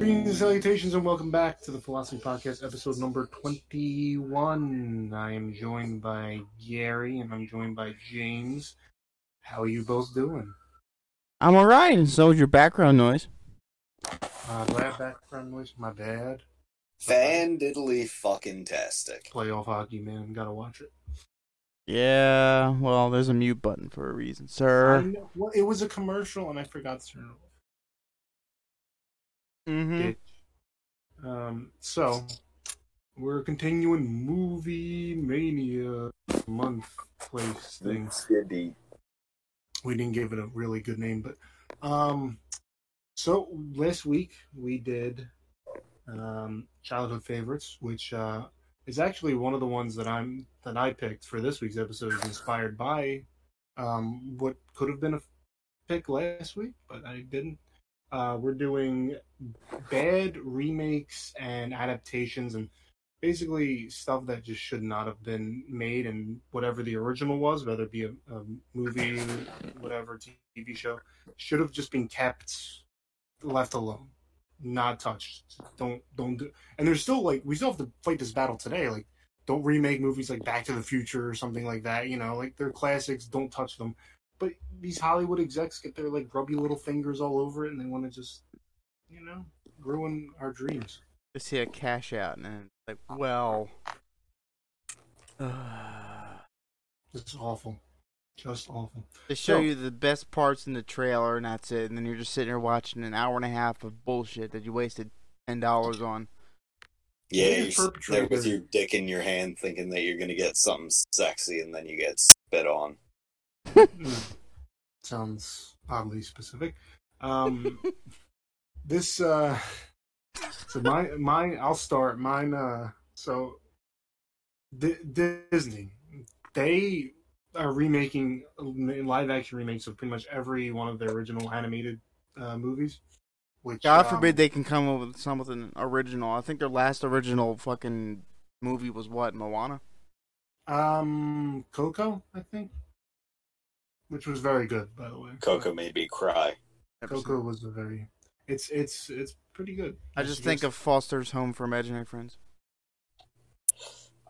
salutations, and welcome back to the Philosophy Podcast, episode number 21. I am joined by Gary and I'm joined by James. How are you both doing? I'm alright, and so is your background noise. Uh, glad background noise, my bad. Fan diddly fucking tastic. Playoff hockey, man. Gotta watch it. Yeah, well, there's a mute button for a reason, I sir. know- well, it was a commercial and I forgot to turn it off. Mm-hmm. Um, so we're continuing movie mania month place things. Shitty. We didn't give it a really good name, but um, so last week we did um childhood favorites, which uh is actually one of the ones that I'm that I picked for this week's episode is inspired by um what could have been a pick last week, but I didn't. Uh, we're doing bad remakes and adaptations and basically stuff that just should not have been made and whatever the original was, whether it be a, a movie, whatever TV show, should have just been kept left alone, not touched. Don't don't do. And there's still like we still have to fight this battle today. Like don't remake movies like Back to the Future or something like that. You know, like they're classics. Don't touch them. But these Hollywood execs get their like grubby little fingers all over it, and they want to just, you know, ruin our dreams. I see a cash out, and then it's Oh. like, well, uh, It's awful. Just awful. they show So- you the best parts in the trailer, and that's it. And then you're just sitting there watching an hour and a half of bullshit that you wasted ten dollars on. Yeah, You're you're sitting there with perpetrator. your dick in your hand thinking that you're gonna get something sexy and then you get spit on. Mm. Sounds oddly specific. Um, this uh, so my mine. I'll start mine. Uh, so D- Disney, they are remaking live action remakes of pretty much every one of their original animated uh, movies. Which God um, forbid they can come up with something original. I think their last original fucking movie was what Moana. um Coco, I think, which was very good, by the way. Coco made me cry. Never seen Coco it. was a very. It's it's it's pretty good. I just think of Foster's Home for Imaginary Friends.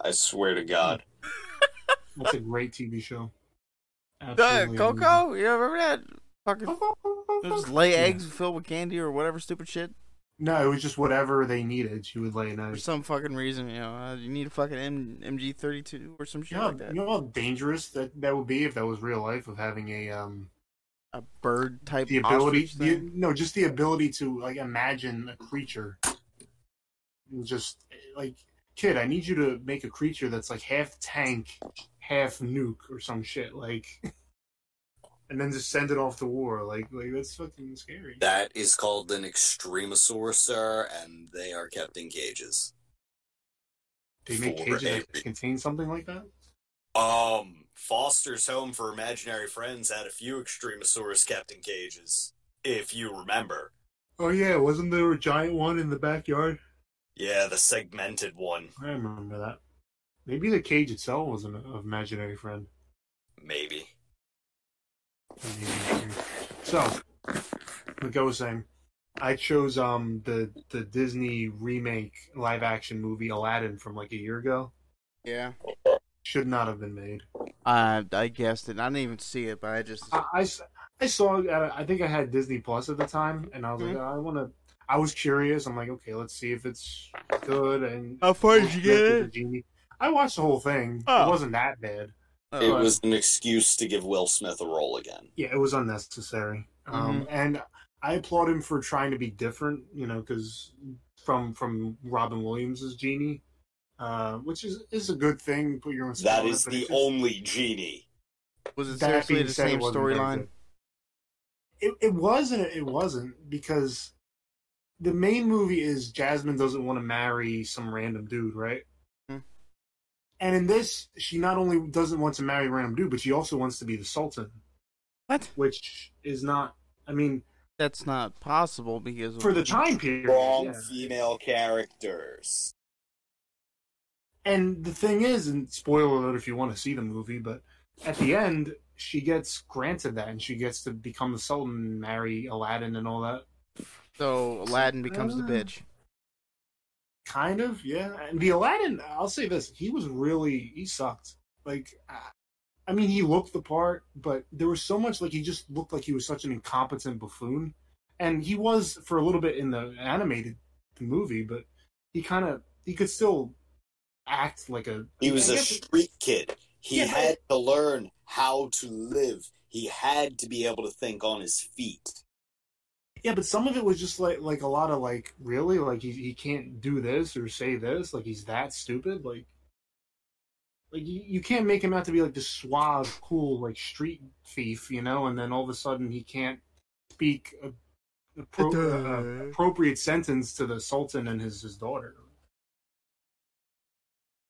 I swear to God. that's a great TV show. Duh, Absolutely Oh. amazing. Coco, you remember that fucking just lay eggs filled with candy or whatever stupid shit No, it was just whatever they needed. She would lay an for egg. some fucking reason. You know, uh, you need a fucking M- MG32 or some shit You know, like you that. know how dangerous that, that would be if that was real life of having a um a bird type the ability ostrich the, thing. no just the ability to like imagine a creature And just like kid I need you to make a creature that's like half tank half nuke or some shit like and then just send it off to war like like that's fucking scary That is called an extremosaur, sir, and they are kept in cages. they make for cages every- that contain something like that Um, Foster's Home for Imaginary Friends had a few extremosaurs kept in cages, if you remember. Oh yeah, wasn't there a giant one in the backyard? Yeah, the segmented one, I remember that. Maybe the cage itself was an imaginary friend. maybe. So, like I was saying, I chose um the the Disney remake live action movie Aladdin from like a year ago. Yeah, Should not have been made. I I guessed it. I didn't even see it, but I just I, I s- I saw it at- I think I had Disney Plus at the time, and I was like, "Oh, I want to. I was curious. I'm like, okay, let's see if it's good. And how far The genie. I watched the whole thing. It Oh. wasn't that bad. It Oh, But- was an excuse to give Will Smith a role again. yeah, it was unnecessary. Mm-hmm. Um, and I applaud him for trying to be different, you know, because from from Robin Williams's genie, uh, which is is a good thing. Put your own spin That on it, is but the it's just- only genie. was it that seriously being the said, it same wasn't very storyline? good. It it was and it wasn't because the main movie is Jasmine doesn't want to marry some random dude, right? Hmm. And in this, she not only doesn't want to marry a random dude, but she also wants to be the Sultan, What? which is not. I mean, That's not possible because for the time period. Strong yeah. female characters. And the thing is, and spoiler alert if you want to see the movie, but at the end, she gets granted that and she gets to become the Sultan, marry Aladdin, and all that. So Aladdin becomes the Uh, bitch. Kind of, yeah. And the Aladdin, I'll say this: he was really he sucked. Like, I- I mean, he looked the part, but there was so much like he just looked like he was such an incompetent buffoon, and he was for a little bit in the animated movie, but he kind of he could still act like a He was I a guess- street kid. He Yeah, but- had to learn how to live. He had to be able to think on his feet. Yeah, but some of it was just like like a lot of like really like he he can't do this or say this like he's that stupid like like you, you can't make him out to be like this suave cool like street thief you know and then all of a sudden he can't speak a, a pro- Duh. uh, appropriate sentence to the sultan and his his daughter.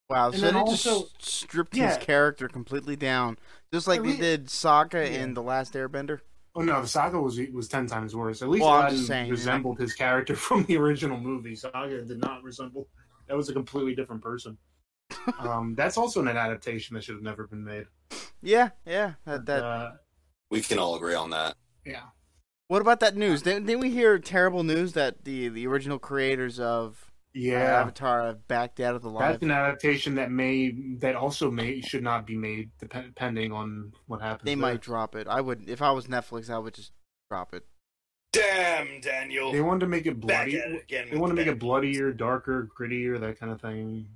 Wow, And so then they also- just stripped yeah. his character completely down, just like mean- they did Sokka Yeah. in The Last Airbender. Oh no, the saga was was ten times worse. At least Well, I'm Aladdin just saying, man. resembled his character from the original movie. Saga did not resemble. That was a completely different person. um, that's also an adaptation that should have never been made. Yeah, yeah. That, that. uh, We can all agree on that. yeah, what about that news? Didn't, didn't we hear terrible news that the the original creators of yeah. Avatar have backed out of the live? That's an adaptation that may that also may should not be made dep- depending on what happens. They there. might drop it. I would, if I was Netflix, I would just drop it. Damn, Daniel. They wanted to make it bloody. again. They want to make it bloodier, darker, grittier, that kind of thing.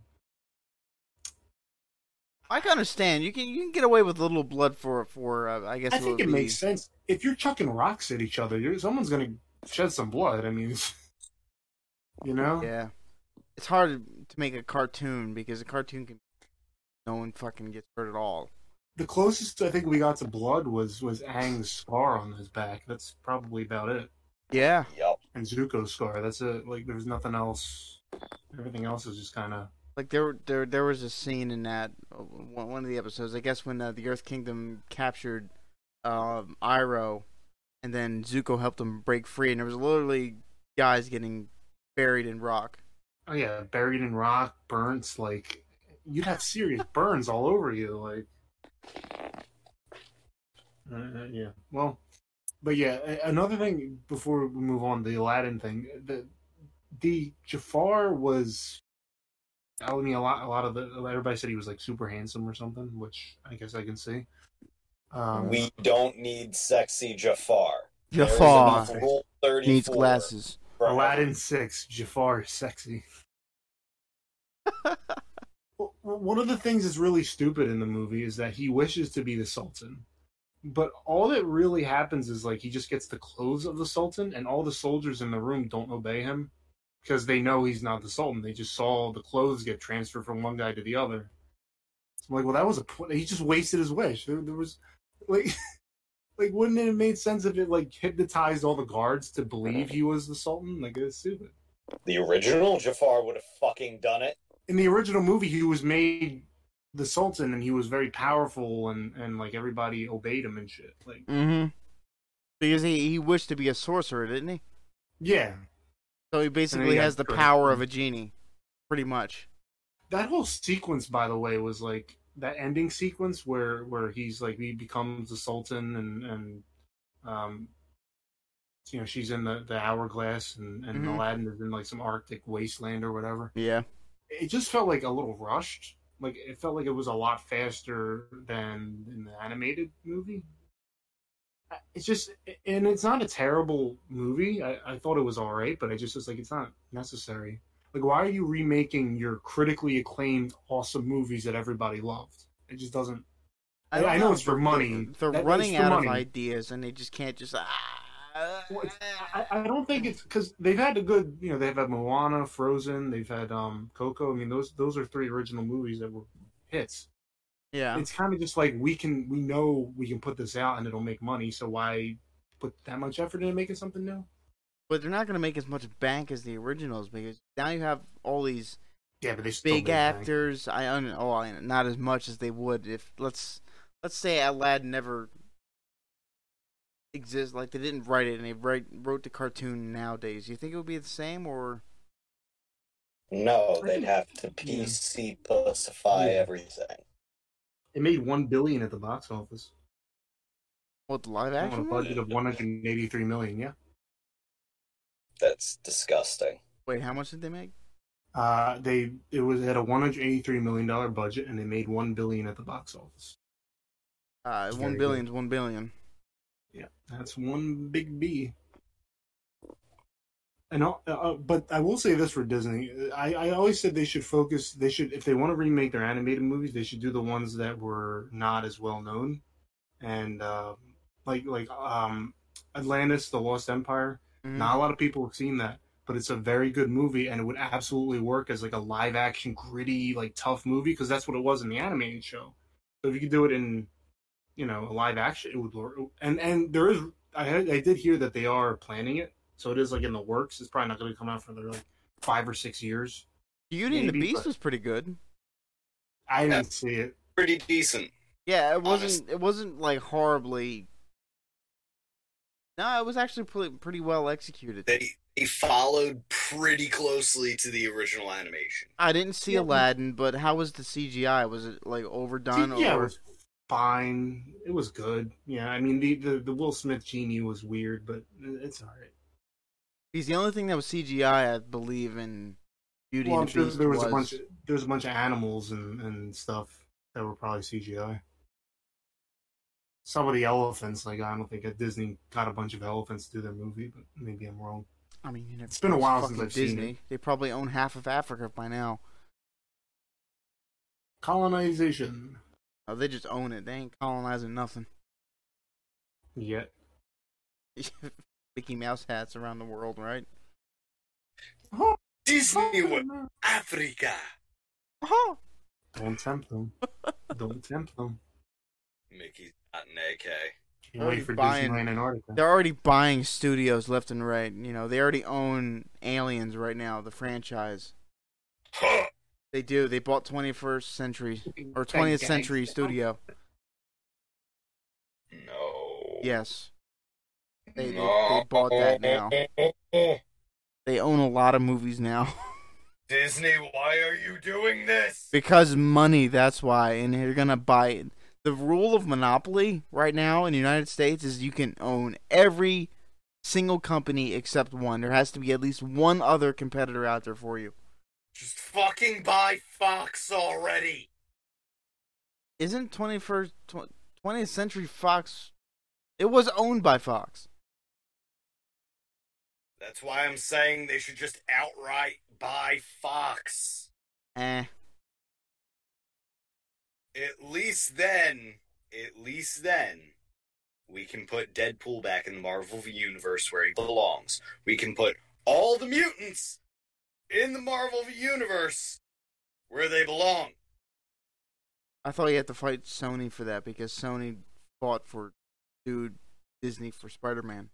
I can understand. You can you can get away with a little blood for for uh, I guess. I think would it be- makes sense. If you're chucking rocks at each other, you're, someone's going to shed some blood. I mean, you know? Yeah, it's hard to make a cartoon because a cartoon can no one fucking gets hurt at all. The closest I think we got to blood was was Aang's scar on his back. That's probably about it. Yeah, Yep. And Zuko's scar. That's it. Like, there's nothing else. Everything else is just kind of. like there there there was a scene in that uh, one one of the episodes. I guess when uh, the Earth Kingdom captured um, Iroh, and then Zuko helped them break free, and there was literally guys getting buried in rock. Oh, yeah. Buried in rock, burnt. Like, you'd have serious burns all over you. Like, Uh, uh, yeah. Well, but yeah, a- another thing before we move on, the Aladdin thing, the the Jafar was. I mean, a lot, a lot of the everybody said he was like super handsome or something, which I guess I can see. Um, We don't need sexy Jafar. There is Jafar enough Rule 34 needs glasses. for Aladdin six, Jafar is sexy. Well, One of the things that's really stupid in the movie is that he wishes to be the Sultan, but all that really happens is like he just gets the clothes of the Sultan, and all the soldiers in the room don't obey him because they know he's not the Sultan. They just saw the clothes get transferred from one guy to the other. So I'm like, well, that was a pl- he just wasted his wish. There, there was like. Like, wouldn't it have made sense if it like hypnotized all the guards to believe he was the Sultan? Like, it's stupid. The original Jafar would have fucking done it. In the original movie, he was made the Sultan, and he was very powerful, and and like everybody obeyed him and shit. Like, Mm-hmm. Because he, he wished to be a sorcerer, didn't he? yeah, So he basically got has the tricked. power of a genie, pretty much. that whole sequence, by the way, was like that ending sequence where where he's like he becomes the Sultan, and and um, you know, she's in the the hourglass, and and Mhm. Aladdin is in like some Arctic wasteland or whatever. Yeah. it just felt like a little rushed. Like it felt like it was a lot faster than in the animated movie. I- It's just, and it's not a terrible movie. I, I thought it was all right, but I just was like, it's not necessary. Like, why are you remaking your critically acclaimed, awesome movies that everybody loved? It just doesn't. I, don't I know it's for money. They're That- it's running for out of money. ideas, and they just can't just. Ah, Well, it's- I, I don't think it's because they've had a good, you know, they've had Moana, Frozen, they've had um, Coco. I mean, those those are three original movies that were hits. yeah. it's kind of just like we can we know we can put this out and it'll make money so why put that much effort into making something new But they're not going to make as much bank as the originals because now you have all these yeah but they still big made bank. actors. I un- oh, I- not as much as they would if let's let's say Aladdin never exists. Like they didn't write it, and they write, wrote the cartoon nowadays. You think it would be the same, or No, they'd have to PC pussify Yeah. everything. it made 1 billion at the box office what the live on a action? one? budget of 183 million yeah That's disgusting. Wait, how much did they make? Uh, they it was it had a 183 million dollar budget, and they made one billion at the box office. Uh, It's one very billion's one billion. Yeah, that's one big B. And I'll- uh, uh, but I will say this for Disney, I, I always said they should focus. They should if they want to remake their animated movies, they should do the ones that were not as well known, and uh, like like um, Atlantis: The Lost Empire. Mhm. Not a lot of people have seen that, but it's a very good movie, and it would absolutely work as like a live action, gritty, like tough movie because that's what it was in the animated show. So if you could do it in, you know, a live action, it would work. And and there is, I heard- I did hear that they are planning it, so it is like in the works. It's probably not going to come out for another like five or six years. Beauty and the maybe, Beast but- was pretty good. I Yeah. didn't see it. Pretty decent. Yeah, it wasn't. Honest- It wasn't like horribly. No, it was actually pretty, pretty well executed. They they followed pretty closely to the original animation. I didn't see Yeah. Aladdin, but how was the CGI? Was it like overdone? yeah, it or... was fine. It was good. Yeah, I mean the the, the Will Smith genie was weird, but it's all right. He's the only thing that was CGI, I believe, in Beauty Well, I'm and the sure Beast. there was, a bunch. there was a bunch of animals and, and stuff that were probably CGI. Some of the elephants, like I don't think that Disney got a bunch of elephants to do their movie, but maybe I'm wrong. I mean, you know, It's been a while since fucking I've seen Disney. They probably own half of Africa by now. Colonization Oh, they just own it. They ain't colonizing nothing. yet? Mickey Mouse hats around the world, right? Disney went Africa. Uh-huh. Oh, Don't tempt them. don't tempt them. Mickey's got an AK. Can't wait Already for buying- Disneyland Antarctica. they're already buying studios left and right. You know, they already own Aliens right now, the franchise. Huh. They do. They bought 21st Century or 20th Century Studio. No. Yes, they- they- they bought that now. they own a lot of movies now. Disney, why are you doing this? Because money, that's why, and you're gonna buy it. The rule of monopoly right now in the United States is you can own every single company except one. There has to be at least one other competitor out there for you. Just fucking buy Fox already. Isn't 21st, tw- 20th Century Fox? It was owned by Fox. That's why I'm saying they should just outright buy Fox. Eh. At least then, at least then, we can put Deadpool back in the Marvel universe where he belongs. We can put all the mutants in the Marvel universe where they belong. I thought you had to fight Sony for that because Sony fought for dude Disney for Spider Man.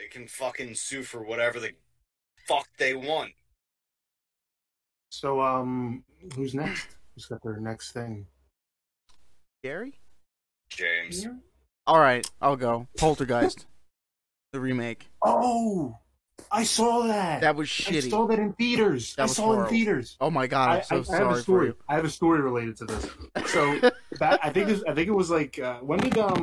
They can fucking sue for whatever the fuck they want. So, um, who's next? Who's got their next thing? Gary? James. All right, I'll go. Poltergeist, the remake. Oh, I saw that. That was I shitty. saw that in theaters. That I was saw it in horrible. theaters. Oh my god, I'm so I sorry have a for story. you. I have a story related to this. So that, I think this, I think it was like uh, when did um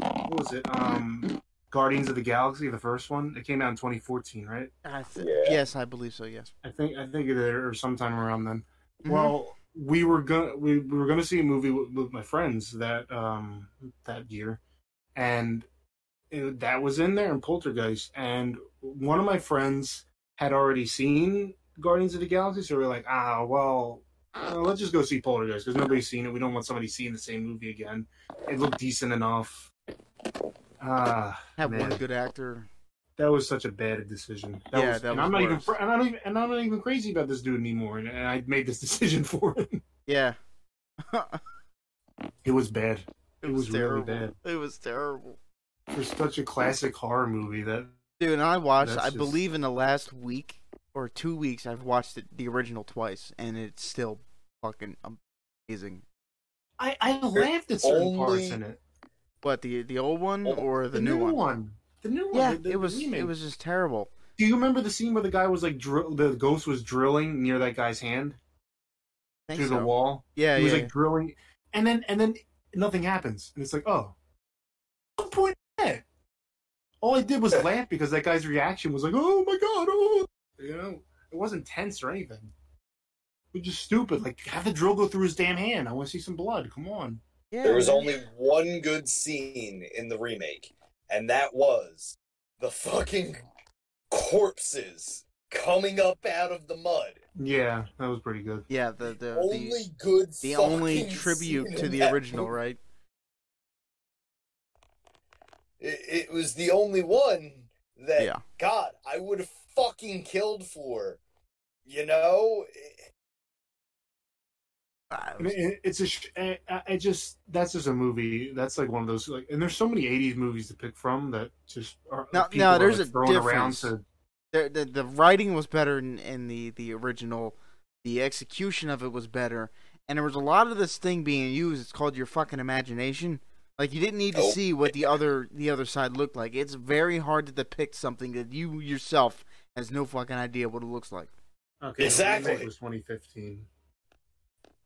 what was it um Guardians of the Galaxy the first one it came out in 2014 right I th- Yeah. Yes, I believe so. Yes. I think I think it or sometime around then. Mhm. Well, we were gonna we, we were gonna see a movie with, with my friends that um that year, and it, that was in there in Poltergeist. And one of my friends had already seen Guardians of the Galaxy, so we are like, ah, well, uh, let's just go see Poltergeist because nobody's seen it. We don't want somebody seeing the same movie again. It looked decent enough. Ah, have man. one good actor. That was such a bad decision. That Yeah, was, that and was I'm not even, worse. fr- and I'm not even, and I'm not even crazy about this dude anymore. And, and I made this decision for him. Yeah. it, It was bad was really bad. It was terrible. for such a classic horror movie. That Dude, and I watched. That's I just- believe in the last week or two weeks, I've watched it, the original twice, and it's still fucking amazing. I, I laughed at certain parts in it. But the the old Oh, one or the, The, new, one. the new one. Yeah, the- the it was remake. it was just terrible. Do you remember the scene where the guy was like drill? The ghost was drilling near that guy's hand I think through the so. wall. Yeah, he was yeah. like drilling, and then and then nothing happens, and it's like, oh, what point is that? All I did was laugh because that guy's reaction was like, oh my god, oh, you know, it it wasn't tense or anything. It was just stupid. Like have the drill go through his damn hand. I want to see some blood. Come on. Yeah, There was man. only one good scene in the remake, and that was the fucking corpses coming up out of the mud. Yeah, that was pretty good. yeah the the only the, good the only fucking scene tribute to in the that original, movie. right? It, it was the only one that Yeah. God I would have fucking killed for. You know, Ah, it I mean, was- it- it's a. sh- I, I- I just that's just a movie. That's like one of those like, and there's so many '80s movies to pick from that just are No, people no, are, there's like, a throwing around difference. to. the, the the writing was better in, in the the original. The execution of it was better, and there was a lot of this thing being used. It's called your fucking imagination. Like you didn't need to Oh. see what the other the other side looked like. It's very hard to depict something that you yourself has no fucking idea what it looks like. Okay, the Exactly. remake was 2015.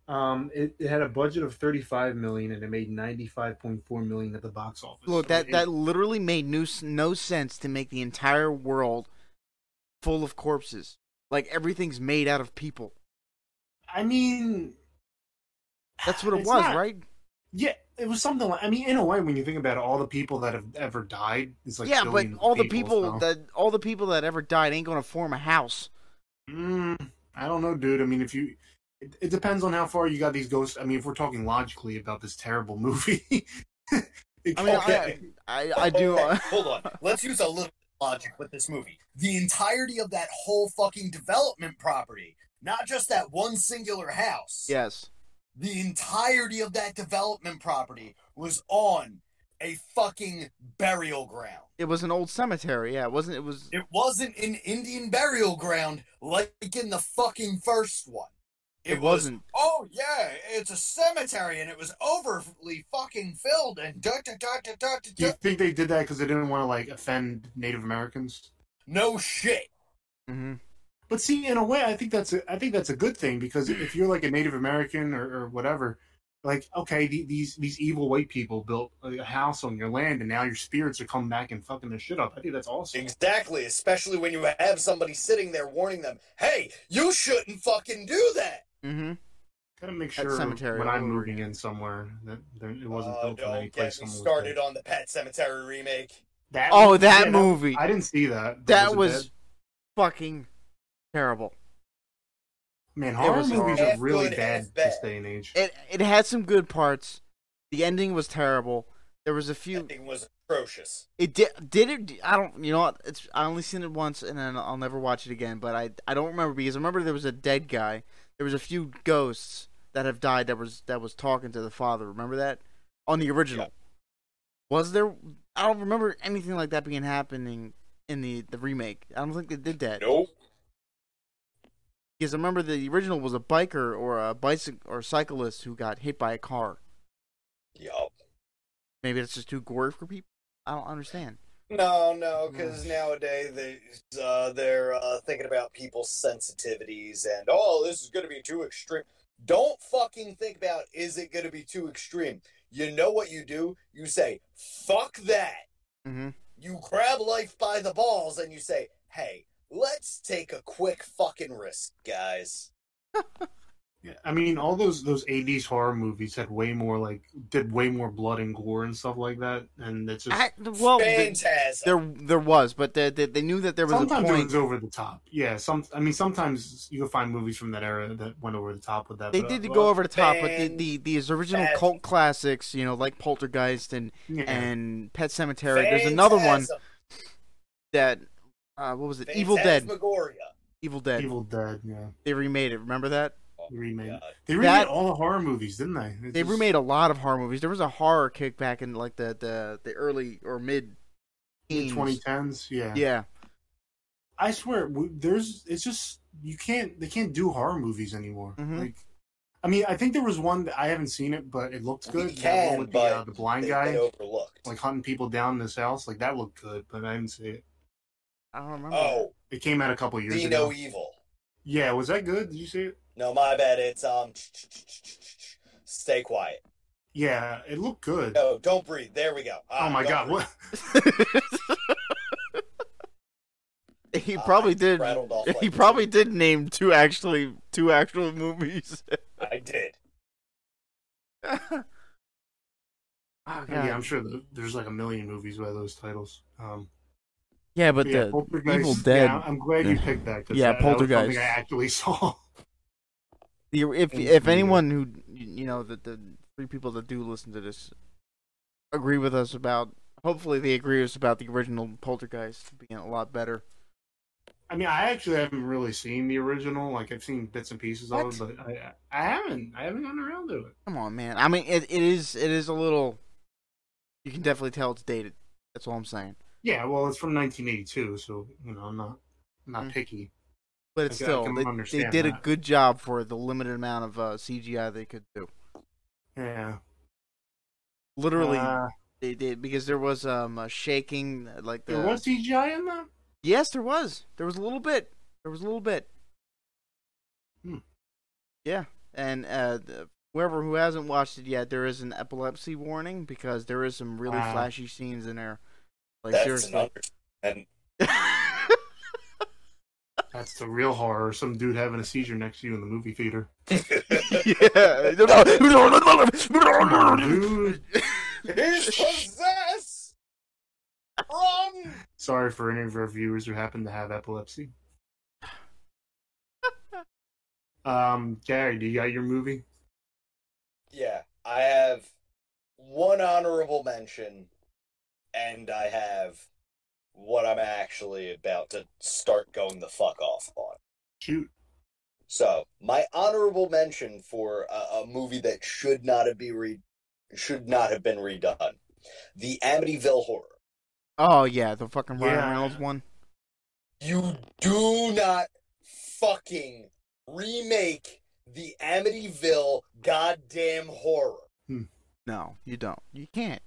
Um, it, it had a budget of 35 million and it made 95.4 million at the box office. Look, So that it- that literally made no s- no sense to make the entire world full of corpses. Like everything's made out of people. I mean, That's what it It's was, not- right? yeah, it was something like. I mean, in a way, when you think about it, all the people that have ever died is like yeah, but billions of all the people so- that all the people that ever died ain't gonna form a house. Mm, I don't know, dude. I mean, if you, it, it depends on how far you got these ghosts. I mean, if we're talking logically about this terrible movie, it I mean, can't- Okay. I, I, I do. uh, Okay, hold on. Let's use a little logic with this movie. The entirety of that whole fucking development property, not just that one singular house. yes. The entirety of that development property was on a fucking burial ground. It was an old cemetery. Yeah, it wasn't. It was. It wasn't an Indian burial ground like in the fucking first one. It, was wasn't. Oh yeah, it's a cemetery and it was overly fucking filled and da da da da da da. Do you da. think they did that because they didn't want to like offend Native Americans? No shit. hmm But see, in a way, I think that's a, I think that's a good thing because if you're like a Native American or, or whatever, like okay, the, these these evil white people built a house on your land, and now your spirits are coming back and fucking their shit up. I think that's awesome. Exactly, especially when you have somebody sitting there warning them, "Hey, you shouldn't fucking do that." hmm Gotta make That sure cemetery when I'm over moving in somewhere that there, it wasn't Oh, built from any don't place. get me someone was started dead. on the Pet Cemetery remake. That Oh, was- that yeah, movie. I didn't see that. that it was bad? fucking terrible. man. Horror was movies horrible. are really Good bad as this bad. day and age. It it had some good parts. The ending was terrible. There was a few. That thing was atrocious. It did. Did it? I don't. You know what? It's. I only seen it once, and then I'll never watch it again. But I. I don't remember because I remember there was a dead guy. There was a few ghosts that have died. That was that was talking to the father. Remember that on the original. Was there? I don't remember anything like that being happening in the the remake. I don't think they did that Nope. because I remember the original was a biker or a bicycle or cyclist who got hit by a car. Yup. Maybe that's just too gory for people. I don't understand. No, no, because Mm. nowadays they, uh, they're uh, thinking about people's sensitivities and, oh, this is going to be too extreme. Don't fucking think about, is it going to be too extreme? You know what you do? You say, fuck that. Mm-hmm. you grab life by the balls and you say, "Hey, let's take a quick fucking risk, guys." Yeah, I mean, all those those '80s horror movies had way more like did way more blood and gore and stuff like that, and it's just I, well, the- Phantasm. There, there was, but they, they, they knew that there was sometimes a it point. was over the top. Yeah, some I mean, sometimes you can find movies from that era that went over the top with that. They but, did uh, go over the top, but the, Fan- the these original Fan- cult classics, you know, like Poltergeist and yeah. and Pet Cemetery. There's another one Phantasm. that, uh, what was it? Evil Dead. Phantasmagoria. Evil Dead. Evil Dead. Yeah, They remade it. Remember that? Oh, They remade. God. They remade That- all the horror movies, didn't they? It's They just- remade a lot of horror movies. There was a horror kick back in like the the, the early or mid. in teens. 2010s. Yeah, Yeah. I swear, w- there's it's just you can't they can't do horror movies anymore. Mhm. Like, I mean, I think there was one that I haven't seen it, but it looked We good. that can, one with the, but uh, the blind They- guy. They overlooked. like hunting people down in this house. Like that looked good, but I didn't see it. I don't remember. oh, It came out a couple years be ago. no evil. yeah, was that good? Did you see it? No, my bad. It's um. Stay quiet. Yeah, it looked good. No, don't breathe. There we go. Ah, oh my god, don't what? breathe. that. He Uh, probably I did. rattled off, He like, probably did name two actually two actual movies. I did. oh, Yeah, God. I'm sure the, there's like a million movies by those titles. Um, Yeah, but yeah, the Poltergeist- Evil Dead- Yeah, I'm glad you picked that. 'cause Yeah, that, that was something Poltergeist. I actually saw. the if Things if we do. anyone who you know the the three people that do listen to this agree with us about hopefully they agree with us about the original Poltergeist being a lot better. I mean, I actually haven't really seen the original. Like, I've seen bits and pieces What? of it, but I, I haven't. I haven't gotten around to it. Come on, man. I mean, it, it is it is a little. You can definitely tell it's dated. That's all I'm saying. Yeah, well, it's from 1982, so you know, I'm not I'm not Mm. picky. But it's I still can they, they understand did a that. good job for the limited amount of uh, CGI they could do. Yeah, Literally, Uh, they did because there was um a shaking like uh, the there was CGI in that. yes there was there was a little bit there was a little bit. Hmm. Yeah, and uh, the- whoever who hasn't watched it yet, there is an epilepsy warning because there is some really Wow. flashy scenes in there. Like That's seriously. an understatement. That's the real horror. Some dude having a seizure next to you in the movie theater. yeah. Come on, dude. He's possessed. Run! Sorry for any of our viewers who happen to have epilepsy. um, Gary, do you got your movie? Yeah, I have one honorable mention, and I have what I'm actually about to start going the fuck off on. Shoot. So, my honorable mention for a, a movie that should not have be re- should not have been redone, the Amityville Horror. Oh yeah, the fucking Ryan Yeah. Reynolds one. You do not fucking remake the Amityville goddamn horror. No, you don't. You can't.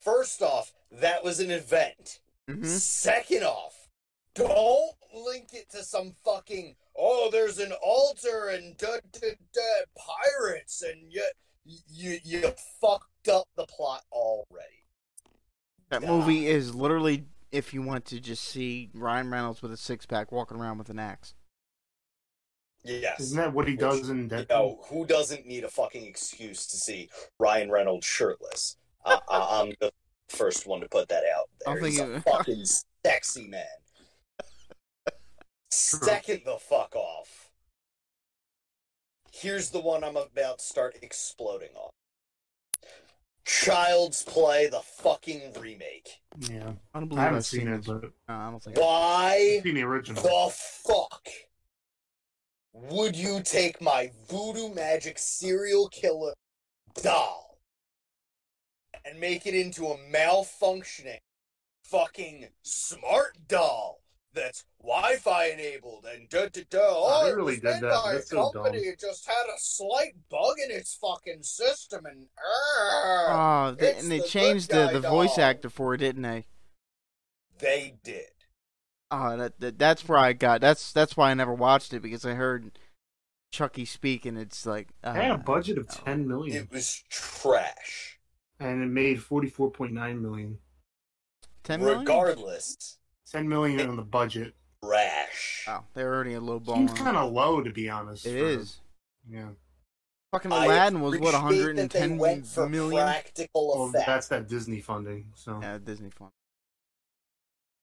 First off, that was an event. Mm-hmm. hmm Second off, don't link it to some fucking oh, there's an altar and da, da, da, pirates and you you you fucked up the plot already. That Yeah. movie is literally if you want to just see Ryan Reynolds with a six pack walking around with an axe. Yes. Isn't that what he Which, does in You Deadpool? know, who doesn't need a fucking excuse to see Ryan Reynolds shirtless? I, I, I'm the first one to put that out there. I'm He's a thinking- fucking sexy man. Second the fuck off. Here's the one I'm about to start exploding on. Child's Play, the fucking remake. Yeah, I don't believe I haven't have seen it, this. but No, I don't think. Why? I've seen the original. the fuck would you take my voodoo magic serial killer doll and make it into a malfunctioning fucking smart doll that's Wi-Fi enabled and da da da. they it really was did made that. by a That's so dumb. company. It just had a slight bug in its fucking system, and Arrgh. Oh, they, Uh, It's and they the changed good the, guy the voice dog. actor for it, didn't they? they did. Oh, that, that that's where I got. That's that's why I never watched it because I heard Chucky speak and it's like. Uh, They had a budget of ten million, It was trash. and it made forty-four point nine million. 10 million? Regardless, Ten million on the budget trash. Wow, they're already a low ball. seems on kind of low, to be honest. It for- is. Yeah. Fucking I Aladdin was what appreciate that 110 they went for million? practical Well, effect. that's that Disney funding. So Yeah, Disney fun.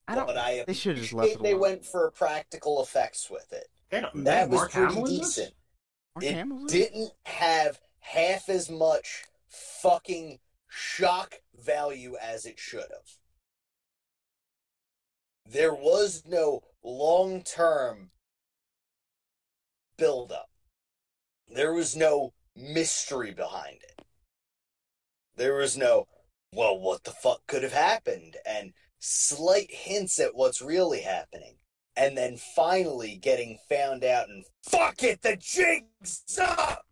I don't. but I they should have just left appreciate it they alone. went for practical effects with it. They don't- That was Mark pretty Hamill in this? decent. Mark It Hamill's in it? Didn't have half as much fucking shock value as it should have. There was no long term build up. There was no mystery behind it. There was no, well, what the fuck could have happened? And slight hints at what's really happening. And then finally getting found out and fuck it, the jig's up!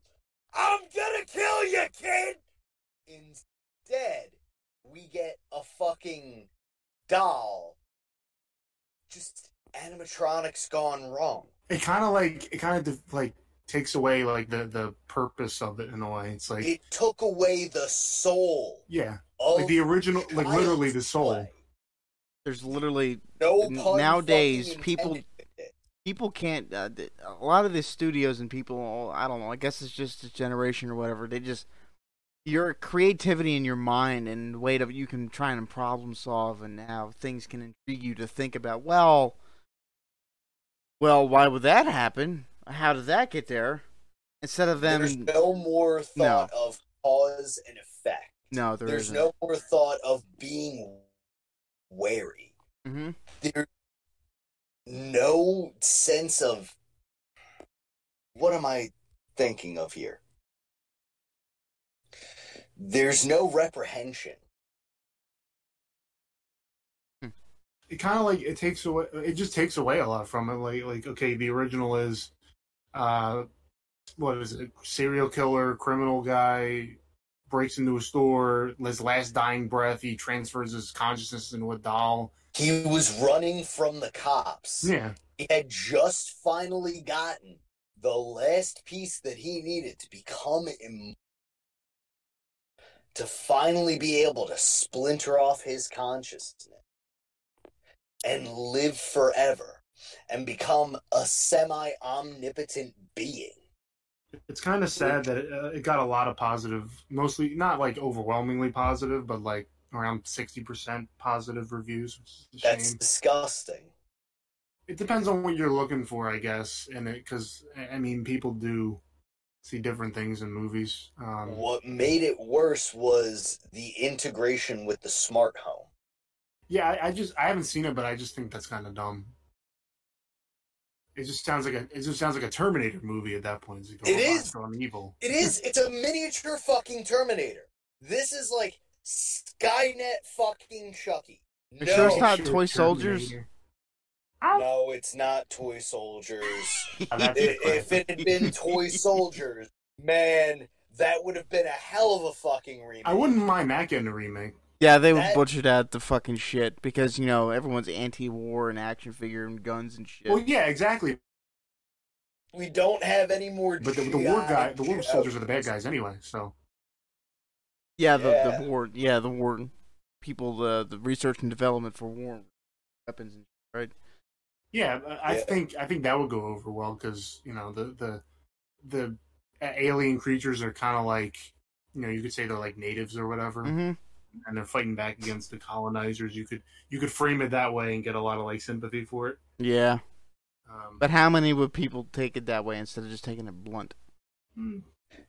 I'm gonna kill you, kid! Instead, we get a fucking doll. Just animatronics gone wrong. It kind of like it kind of like takes away like the the purpose of it in a way. It's like It took away the soul yeah, of like the original, like Child's literally the soul. Play. there's literally No N- pun nowadays, fucking people- intended with it. people can't uh, th- a lot of the studios and people oh, i don't know i guess it's just a generation or whatever they just your creativity in your mind and the way that you can try and problem solve and how things can intrigue you to think about well well why would that happen how did that get there instead of them There's no more thought of cause and effect. no there There's isn't. no more thought of being wary. Mhm. There's no sense of what am I thinking of here? There's no reprehension. it kind of like it takes away it just takes away a lot from it like like okay the original is uh what is it serial killer criminal guy breaks into a store his last dying breath he transfers his consciousness into a doll He was running from the cops. yeah He had just finally gotten the last piece that he needed to become immortal. To finally be able to splinter off his consciousness and live forever and become a semi omnipotent being. it's kind of sad that it, uh, it got a lot of positive mostly not like overwhelmingly positive but like around 60% positive reviews which is a shame. That's disgusting. it depends on what you're looking for, I guess, and it because I mean people do see different things in movies. Um, What made it worse was the integration with the smart home. Yeah, I, I just I haven't seen it, but I just think that's kind of dumb. It just sounds like a it just sounds like a Terminator movie at that point. It's like, It robots is. gone evil. It is. It's a miniature fucking Terminator. This is like Skynet fucking Chucky. You No, sure it's not Shoot, toy Terminator. soldiers no, it's not toy soldiers. Oh, that's I- if different. it had been toy soldiers, man, that would have been a hell of a fucking remake. I wouldn't mind that getting a remake. Yeah, they would That- butcher that the fucking shit because you know everyone's anti-war and action figure and guns and shit. Well, yeah, exactly. We don't have any more. But the, the GI war guy, the war Joes. soldiers are the bad guys anyway. So yeah, the yeah. the war, yeah, the war people, the the research and development for war weapons, and right? Yeah, I- I Yeah. think I think that would go over well because you know the the the a- alien creatures are kind of like you know you could say they're like natives or whatever, Mm-hmm. and they're fighting back against the colonizers. You could you could frame it that way and get a lot of like sympathy for it. Yeah, Um, but how many would people take it that way instead of just taking it blunt? mm,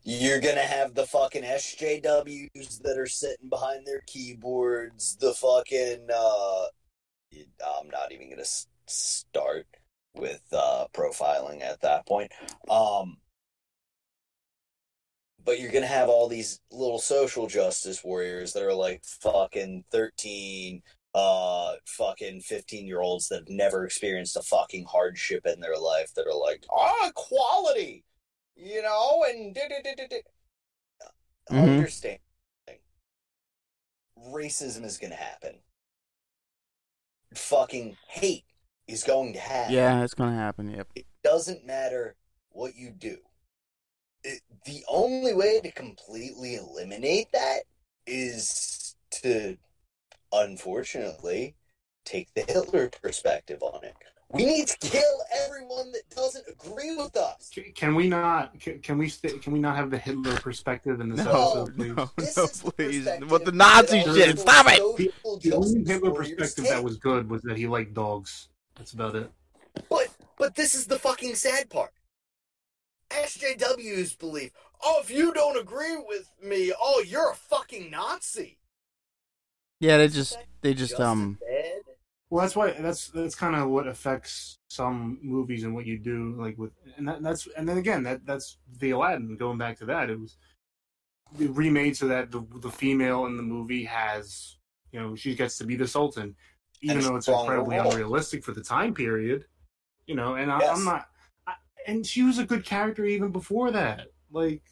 You're gonna have the fucking SJWs that are sitting behind their keyboards. The fucking uh, I'm not even gonna s- start with uh, profiling at that point. Um, but you're gonna have all these little social justice warriors that are like fucking thirteen, uh, fucking fifteen year olds that have never experienced a fucking hardship in their life that are like, ah, equality you know, and da da da da da. Mhm. Understand, racism is going to happen. Fucking hate is going to happen. Yeah, it's gonna happen. Yep. It doesn't matter what you do. It, the only way to completely eliminate that is to, unfortunately, take the Hitler perspective on it. We need to kill everyone that doesn't agree with us. c- can we not? Can, can we st- can we not have the Hitler perspective in this No, episode, please? no, This no, is the please, perspective what the that Nazi all shit? those Stop it! social The only justice Hitler warriors perspective take. that was good was that he liked dogs. That's about it. But but this is the fucking sad part. SJW's belief. Oh, if you don't agree with me, oh, you're a fucking Nazi. Yeah, they just they just um Bad. Well, that's why that's that's kind of what affects some movies and what you do, like with and that, that's and then again that that's the Aladdin. Going back to that, it was remade so that the the female in the movie has you know she gets to be the Sultan, even And though it's strong incredibly role. unrealistic for the time period, you know. And I, Yes. I'm not, I, and she was a good character even before that. Like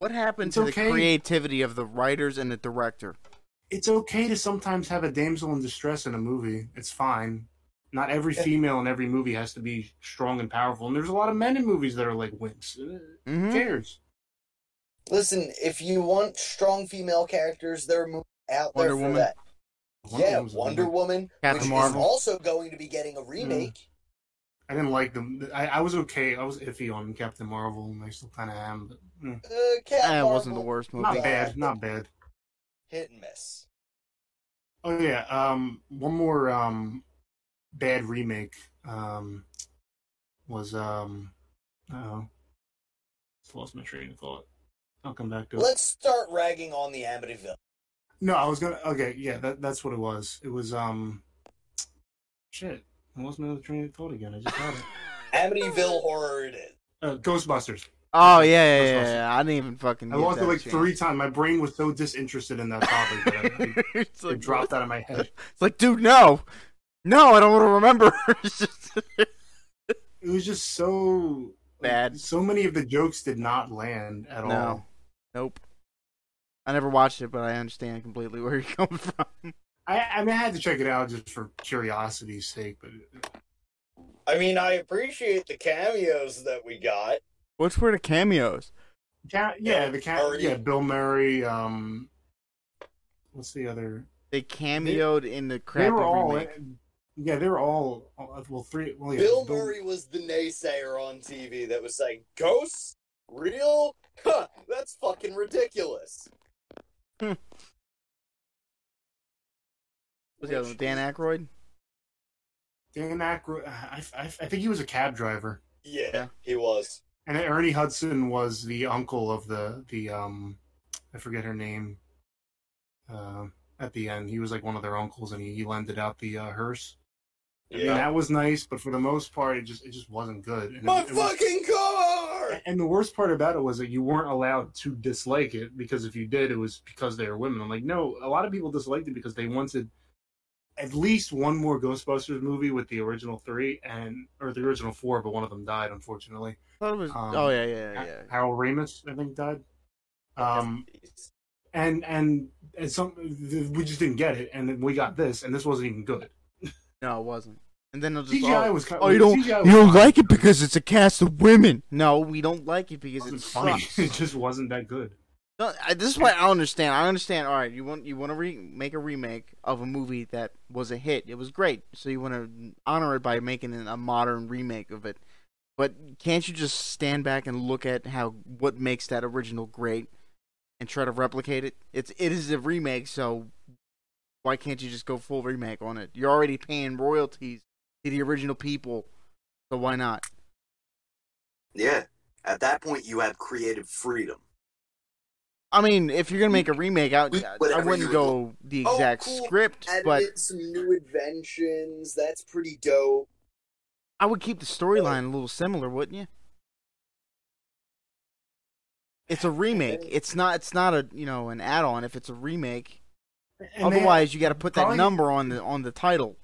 what happened It's to okay. the creativity of the writers and the director? it's okay to sometimes have a damsel in distress in a movie. It's fine. Not every female in every movie has to be strong and powerful. And there's a lot of men in movies that are like wimps. Uh, Who Mm-hmm. cares? Listen, if you want strong female characters, there are movies out Wonder there for Woman. that. yeah, Woman's a Wonder remake. Woman, Captain which Marvel. Hmm. is also going to be getting a remake. I didn't like them. I, I was okay. I was iffy on Captain Marvel, and I still kind of am. But, mm, Uh, Captain Eh, it wasn't the Marvel, worst movie. not Okay. bad. Not bad. Hit and miss. Oh yeah. Um, one more um, bad remake. Um, was um, oh, lost my train of thought. I'll come back to it. Let's start ragging on the Amityville. No, I was gonna. Okay, yeah, that, that's what it was. It was um, shit. I lost my other train of thought again. I just had it. Amityville horror it is. Uh, Ghostbusters. Oh yeah, yeah, That's yeah, awesome. yeah. I didn't even fucking. I give lost that it like a chance. three times. My brain was so disinterested in that topic that I, it, it's, like, dropped out of my head. it's like, dude, no, no, I don't want to remember. It's just- It was just so Bad. So many of the jokes did not land at no, all. nope. I never watched it, but I understand completely where you're coming from. I, I mean, I had to check it out just for curiosity's sake, but I mean, I appreciate the cameos that we got. Which were the cameos? yeah, yeah the cat, Already- yeah, Bill Murray. Um, what's the other? They cameoed in the crappy they were all, remake. yeah, they were all. uh, Well, three. Well, yeah, Bill Murray was the naysayer on TV that was saying, Ghosts? Real? Huh, that's fucking ridiculous. Was the other one, Dan Aykroyd? Dan Aykroyd. uh, I, I, I think he was a cab driver, Yeah, Yeah. he was. and then Ernie Hudson was the uncle of the the um, I forget her name. Uh, at the end, he was like one of their uncles, and he, he lended out the uh, hearse. I mean, Yeah. that was nice, but for the most part, it just it just wasn't good. And My it- it was- fucking car! and the worst part about it was that you weren't allowed to dislike it because if you did, it was because they were women. I'm like, no, a lot of people disliked it because they wanted at least one more Ghostbusters movie with the original three and or the original four, but one of them died unfortunately. I thought it was. Um, oh yeah, yeah, yeah, yeah. Harold Ramis, I think, died. Um, and and and some we just didn't get it, and then we got this, and this wasn't even good. No, it wasn't. And then they'll just CGI oh, was kind oh, you don't CGI you don't was like it because it's a cast of women. No, we don't like it because fine. it it's wasn't funny. funny. it just wasn't that good. No, I, this is what I don't understand. I understand. All right, you want you want to re- make a remake of a movie that was a hit. It was great, so you want to honor it by making an, a modern remake of it. But can't you just stand back and look at how what makes that original great and try to replicate it? It's it is a remake, so why can't you just go full remake on it? You're already paying royalties to the original people, so why not? Yeah. At that point, you have creative freedom. I mean, if you're gonna make a remake, I, We- I whatever wouldn't you- go the Oh, exact cool. script, Added but some new inventions. That's pretty dope. I would keep the storyline a little similar, wouldn't you? It's a remake. It's not. It's not a you know an add-on. If it's a remake, And they- otherwise you got to put that probably- number on the on the title.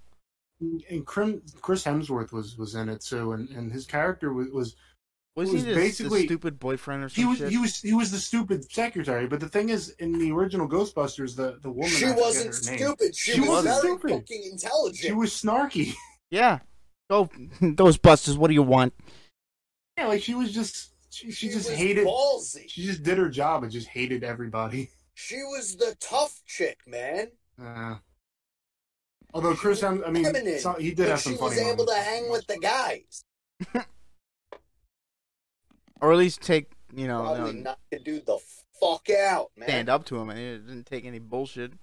and Crim, Chris Hemsworth was was in it too, and, and his character was, was Was, It was he the, basically- the stupid boyfriend or he some was shit? he was he was the stupid secretary. But the thing is, in the original Ghostbusters, the the woman she I forget wasn't her name, stupid. She, She was wasn't very stupid. fucking intelligent. She was snarky. yeah. Go those busters. What do you want? Yeah, like she was just she, she, just was hated. ballsy. She just did her job and just hated everybody. She was the tough chick, man. Uh, although Chris, Hem, I mean, Feminine, so- he but did have some she funny. was able to moments. hang with the guys. Or at least take you know Probably no, not to do the fuck out, man. stand up to him and it didn't take any bullshit.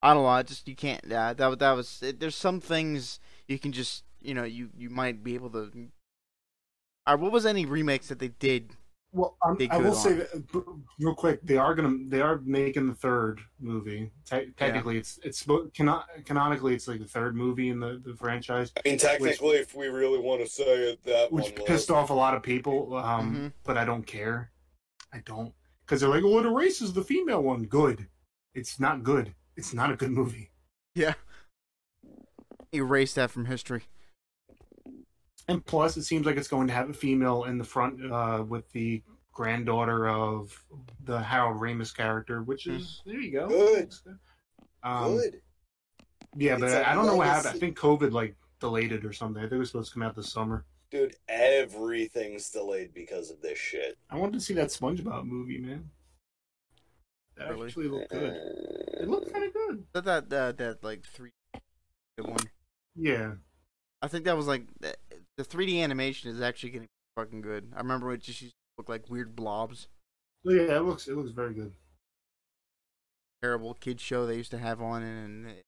I don't know. I just you can't. Yeah, that wa- that was. It, there's some things you can just you know you you might be able to. All right, what was any remakes that they did? Well, um, They I could will on. say that, uh, b- real quick, they are gonna they are making the third movie. Te- technically, it's it's spo- cano- canonically it's like the third movie in the, the franchise, I mean, technically, if we really want to say it, that which pissed off a lot of people. Um, Mhm. But I don't care. I don't because they're like, "Well, it erases the female one." Good. It's not good. It's not a good movie. Yeah. Erase that from history. And plus, it seems like it's going to have a female in the front uh, with the granddaughter of the Harold Ramis character, which is Mm. there you go. Good. Um, Good. Yeah, but It's a I I don't know what happened. I legacy. think COVID like delayed it or something. I think it was supposed to come out this summer. Dude, everything's delayed because of this shit. I wanted to see that SpongeBob movie, man. That Really? actually looked good. It looked kind of good. That that that, that like three the one. Yeah. I think that was like the the 3D animation is actually getting fucking good. I remember it just used to look like weird blobs. Well, Oh, yeah, it looks it looks very good. Terrible kids show they used to have on, and it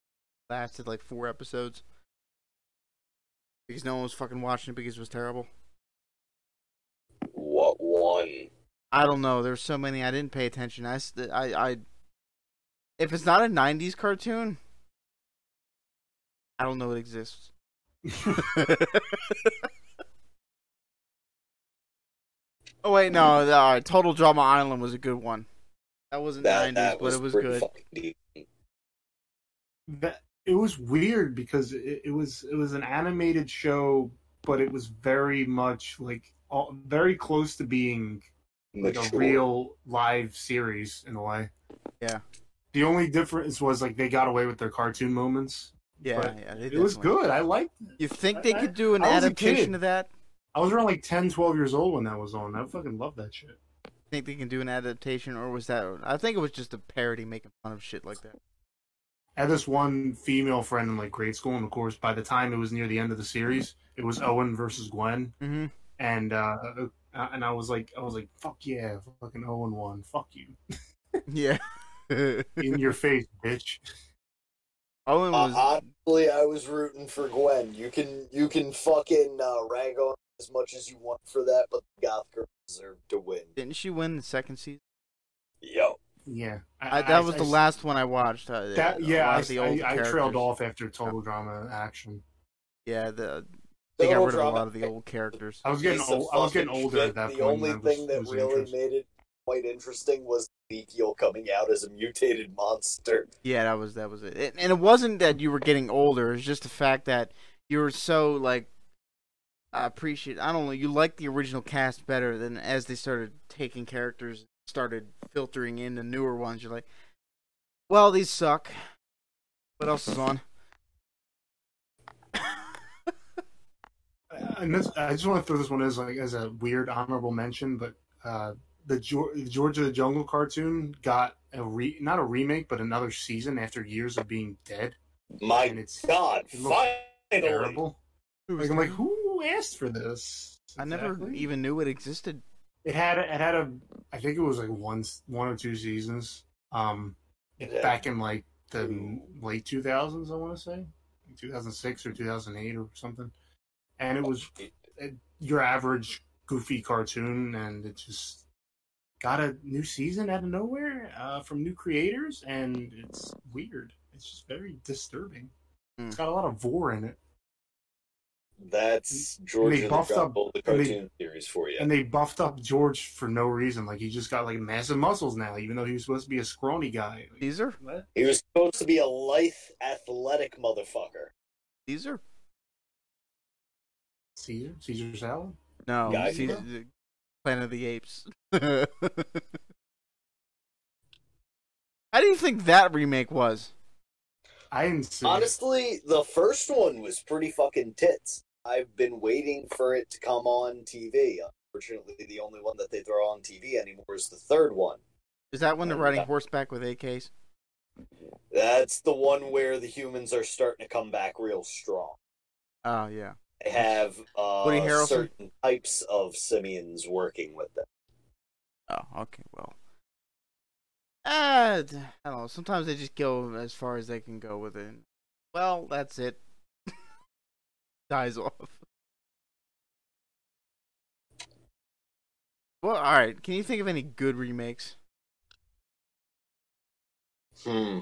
lasted like four episodes because no one was fucking watching it because it was terrible. What one? I don't know. There's so many I didn't pay attention. I, s- I, I- if it's not a '90s cartoon, I don't know it exists. oh wait, no, Mm. no, all right, Total Drama Island was a good one. That wasn't '90s, That, that was, but it was pretty good. fucking deep. that it was weird because it, it was it was an animated show, but it was very much like all, very close to being like a Mature. real live series in a way. Yeah. The only difference was like they got away with their cartoon moments. yeah, but yeah, they It was definitely- good. I liked. It. You think they I- could do an I was a adaptation kid. of that? I was around like 10, 12 years old when that was on. I fucking loved that shit. Think they can do an adaptation, or was that? I think it was just a parody making fun of shit like that. I had this one female friend in like grade school, and of course, by the time it was near the end of the series, it was Owen versus Gwen, Mm-hmm. and uh, uh, and I was like, I was like, fuck yeah, fucking Owen won, fuck you, Yeah. Owen in your face, bitch. was. Uh, honestly, I was rooting for Gwen. You can you can fucking uh, rag on as much as you want for that, but the Goth girl deserved to win. didn't she win the second season? Yo, Yeah, I, that was I- the I- last one I watched. Uh, That, a yeah, lot I, of the old I, I trailed characters. off after total drama action. Yeah, the, they got rid Total of a Drama lot of the old characters. I was getting piece of old, I was getting fucking older shit. at that the point. only and I was- thing that was really interested. made it quite interesting was Ezekiel coming out as a mutated monster. Yeah, that was that was it. And- and it wasn't that you were getting older; it's just the fact that you were so like. I appreciate. I don't know. You liked the original cast better than as they started taking characters, started filtering in the newer ones. You're like, well, these suck. What else is on? and this, I just want to throw this one as like as a weird honorable mention, but uh, the Geor- the Georgia Jungle cartoon got a re- not a remake, but another season after years of being dead, and My it's God, it looks finally! terrible. Like I'm like, who asked for this? I never Exactly. even knew it existed. It had it had a I think it was like one one or two seasons. Um, Yeah. back in like the Two. late 2000s, I want to say, 2006 or 2008 or something, and it was your average goofy cartoon and it just got a new season out of nowhere uh, from new creators and it's weird it's just very disturbing Hmm. it's got a lot of vor in it That's Georgia the buffed up- Jungle, the and they- cartoon series for you. and they buffed up george for no reason like he just got like massive muscles now even though he was supposed to be a scrawny guy Like, Caesar, what? He was supposed to be a lithe, athletic motherfucker. Caesar. caesar caesar salad No, Yeah, I see, know. the Planet of the Apes. How do you think that remake was? i didn't Hmm. see it. Honestly, the first one was pretty fucking tits. I've been waiting for it to come on TV. Unfortunately, the only one that they throw on TV anymore is the third one. Is that when they're Oh, riding yeah. horseback with AKs? That's the one where the humans are starting to come back real strong. Oh yeah. They have Woody uh, Harrelson? certain types of simians working with them. Oh okay. Well, uh, d- I don't know. Sometimes they just go as far as they can go with it. Well, that's it. Dies off. Well, all right. Can you think of any good remakes? Hmm.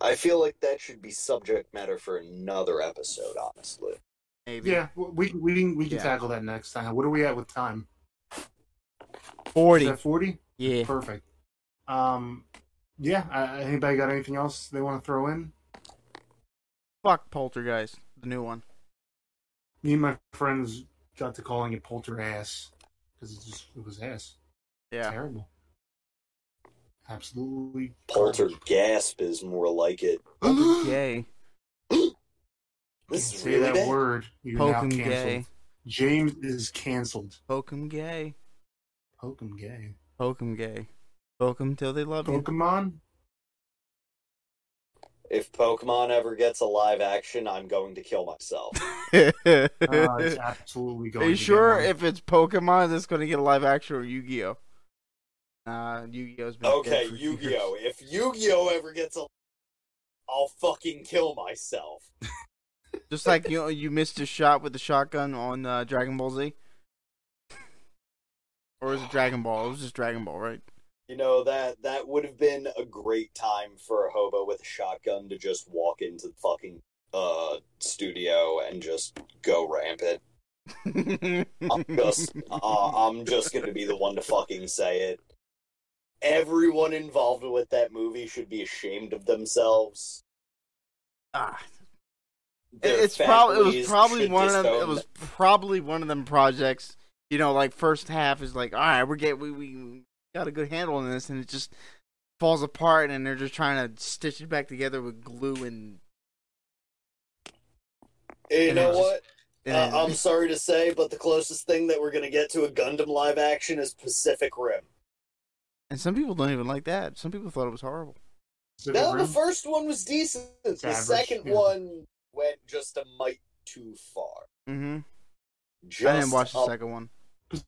I feel like that should be subject matter for another episode, honestly. Maybe. yeah w- we we can we can Yeah. tackle that next time what are we at with time Forty. 40 Yeah. Perfect. Um, yeah. Uh, anybody got anything else they want to throw in? Fuck Poltergeist, the new one. Me and my friends got to calling it polter ass because it just it was ass. Yeah. Terrible. Absolutely. Polter garbage. gasp is more like it. Gay. Can't This is say really that bad. word. You're Poke now 'em canceled. gay. James is canceled. Poke 'em gay. Poke 'em gay. Poke 'em gay. Poke 'em till they love you. Pokemon. If Pokemon ever gets a live action, I'm going to kill myself. Uh, it's absolutely going. Are you to get sure one. if it's Pokemon that's going to get a live action or Yu Gi Oh? Uh, Yu Gi Oh's been Okay, dead for Yu Gi Oh! years. If Yu Gi Oh! ever gets a. I'll fucking kill myself. Just like you, you missed a shot with the shotgun on uh, Dragon Ball Z, or was it Dragon Ball? It was just Dragon Ball, right? You know, that, that would have been a great time for a hobo with a shotgun to just walk into the fucking uh, studio and just go rampant. I'm just, uh, I'm just gonna be the one to fucking say it. Everyone involved with that movie should be ashamed of themselves. Ah, Their it's probably it was families probably should one of them. disown It was probably one of them projects. You know, like first half is like, all right, we're getting we we got a good handle on this, and it just falls apart, and they're just trying to stitch it back together with glue and. You and know it's just- what? and- Uh, I'm sorry to say, but the closest thing that we're gonna get to a Gundam live action is Pacific Rim. and some people don't even like that. Some people thought it was horrible. Is it a No, the room? first one was decent. the average, second yeah. one went just a mite too far. Mm-hmm. Just I didn't watch the a- second one.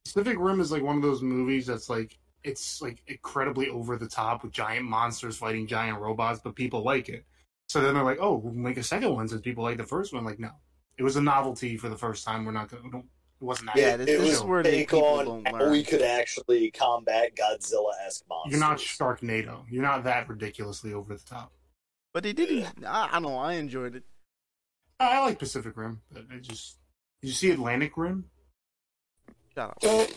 Pacific Rim is like one of those movies that's like it's like incredibly over the top with giant monsters fighting giant robots, but people like it. So then they're like, "Oh, we'll make a second one since people like the first one." Like, no, it was a novelty for the first time. We're not gonna. we don't- It wasn't that. Yeah, this- it this was is where the take people on don't how learn. we could actually combat Godzilla-esque monsters. you're not Sharknado. You're not that ridiculously over the top. But they didn't. I, I don't know. I enjoyed it. I, I like Pacific Rim, but I just did you see Atlantic Rim? Shut up.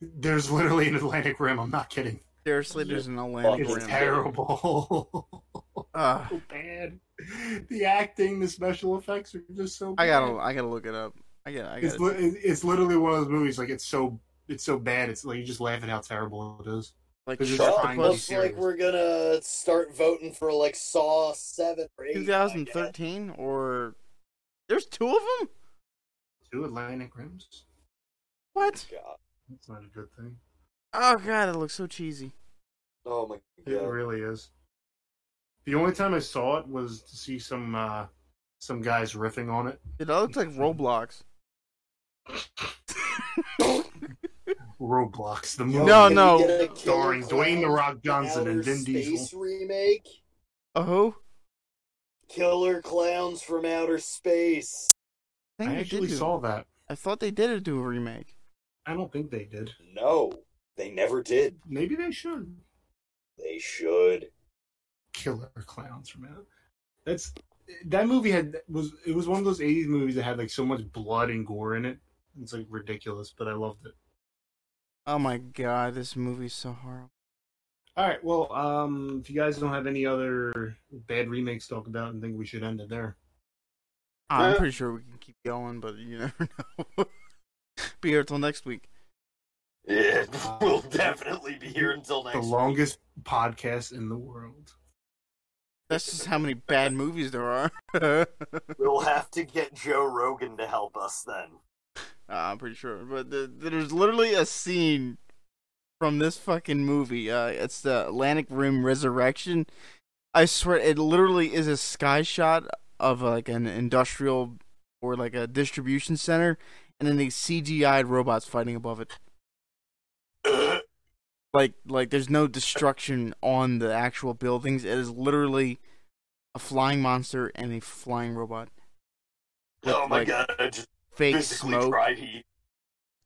There's literally an Atlantic Rim. I'm not kidding. Seriously, there's an Atlantic It's Fucking Rim. terrible. Uh, so bad. The acting, the special effects are just so. I Bad. gotta. I gotta look it up. I gotta. I It's gotta. li- it's literally one of those movies. Like it's so it's so bad. It's like you just laugh at how terrible it is. like it's Well, trying to be Sharktopus. looks serious. like we're gonna start voting for like Saw Seven or Eight. I guess. 2013 or there's two of them. Two Atlantic Rims. What? God. That's not a good thing. Oh god, it looks so cheesy. Oh my It god! really is. The only time I saw it was to see some uh some guys riffing on it. It looks like Roblox. Roblox, the movie. No, Can we no. get a Killer Starring Dwayne The Clowns Rock Johnson and Outer Vin Space Diesel. remake. Oh, Killer Clowns from Outer Space. I, think I they actually did do- saw that. I thought they did do a remake. I don't think they did. No, they never did. Maybe they should. They should. killer clowns from it. That's that movie had was it was one of those '80s movies that had like so much blood and gore in it. It's like ridiculous, but I loved it. Oh my god, this movie's so horrible. All right, well, um, if you guys don't have any other bad remakes to talk about, and think we should end it there. Ah, I'm Uh, pretty sure we can keep going, but you never know. Be here till next week. Yeah, we'll definitely be here until The longest podcast in the world. That's just how many bad movies there are. uh, We'll have to get Joe Rogan to help us then. Ah, I'm pretty sure, but the, there's literally a scene from this fucking movie. Uh, it's the Atlantic Rim Resurrection. I swear, it literally is a sky shot of uh, like an industrial or like a distribution center, and then they CGI'd robots fighting above it. Oh Like, like there's no destruction on the actual buildings. It is literally a flying monster and a flying robot. With, oh my like, god, I just Fake physically smoke. tried heat.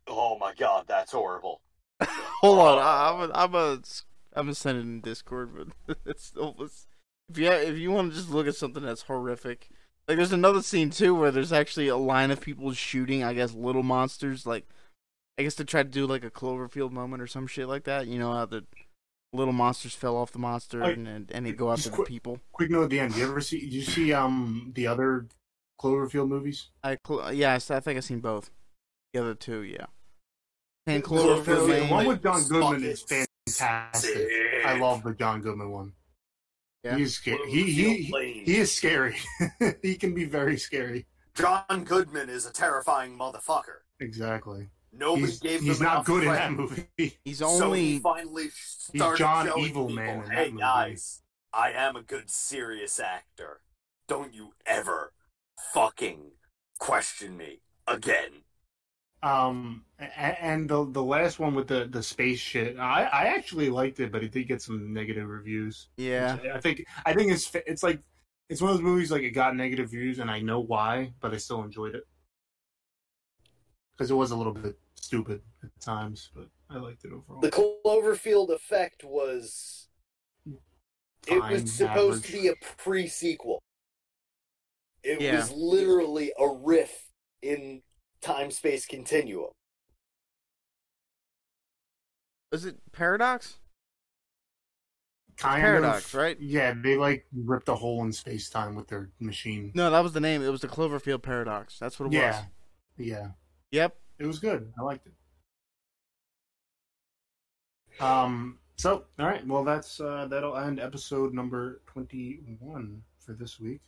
Oh my god, that's horrible. Hold on, I, I'm a, I'm a, I'm gonna send it in Discord, but it's still it's, if you if you want to just look at something that's horrific, like there's another scene too where there's actually a line of people shooting, I guess little monsters, like I guess to try to do like a Cloverfield moment or some shit like that. You know how the little monsters fell off the monster I- and and, and they go after just the quick- people. Quick note at the end: Do you ever see? Did you see um the other Cloverfield movies? I cl- yeah, I, saw- I think I seen both. The other two, yeah. And Cloverfield Cloverfield The Lane, one like, with John Goodman is Fucking fantastic. I love the John Goodman one. Yeah. He's scary. He, he, Cloverfield Lane. He is scary. he can be very scary. John Goodman is a terrifying motherfucker. Exactly. Nobody he's, gave he's them not enough good in credit. that movie. He's So he only finally started John showing Evil people, Man in that hey movie." guys, I am a good serious actor. Don't you ever fucking question me again. Um, a- and the the last one with the the space shit, I I actually liked it, but it did get some negative reviews. yeah. I think I think it's fa- it's like it's one of those movies like it got negative views, and I know why, but I still enjoyed it because it was a little bit stupid at times, but I liked it overall. The Cloverfield effect was it Fine, was supposed to average. be a pre sequel. It Yeah. was literally a riff in time space continuum. Is it Paradox? kind Paradox, of, right? Yeah, they like ripped a hole in space time with their machine. No, that was the name. It was the Cloverfield Paradox. That's what it yeah, was. yeah, Yep. it was good. I liked it. Um. So, all right. Well, that's uh, that'll end episode number twenty-one for this week.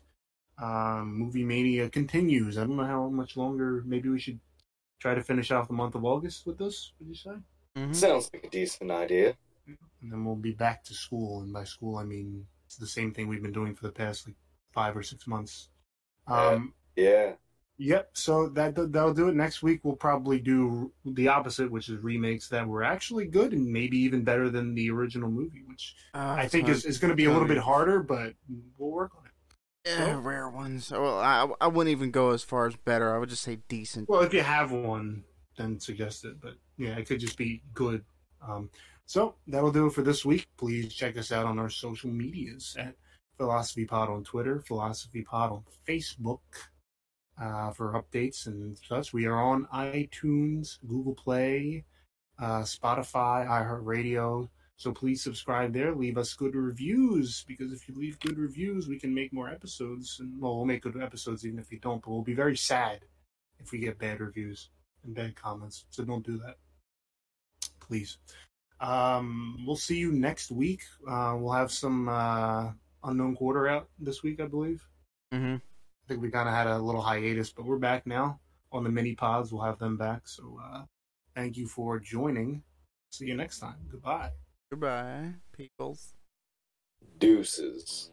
Um, Movie Mania continues. I don't know how much longer. Maybe we should try to finish off the month of August with this. Would you say? Mm-hmm. Mhm. Sounds like a decent idea. and then we'll be back to school. And by school, I mean it's the same thing we've been doing for the past like five or six months. Um, Yeah. Yep. So that that'll do it. Next week, we'll probably do the opposite, which is remakes that were actually good and maybe even better than the original movie, which Ah, I it's think hard. is, is going to be a little bit harder, but we'll work on it. Eh, rare ones. Well, I I wouldn't even go as far as better. I would just say decent. Well, if you have one, then suggest it. But yeah, it could just be good. Um, so that'll do it for this week. Please check us out on our social medias at Philosophy Pod on Twitter, Philosophy Pod on Facebook uh, for updates and such. We are on iTunes, Google Play, uh, Spotify, iHeartRadio. So please subscribe there. Leave us good reviews because if you leave good reviews, we can make more episodes. And well, we'll make good episodes even if you don't. But we'll be very sad if we get bad reviews and bad comments. So don't do that, please. Um, we'll see you next week. Uh, we'll have some uh, unknown quarter out this week, I believe. Mm-hmm. I think we kind of had a little hiatus, but we're back now on the mini pods. We'll have them back. So uh, thank you for joining. See you next time. Goodbye. Goodbye, peoples. Deuces.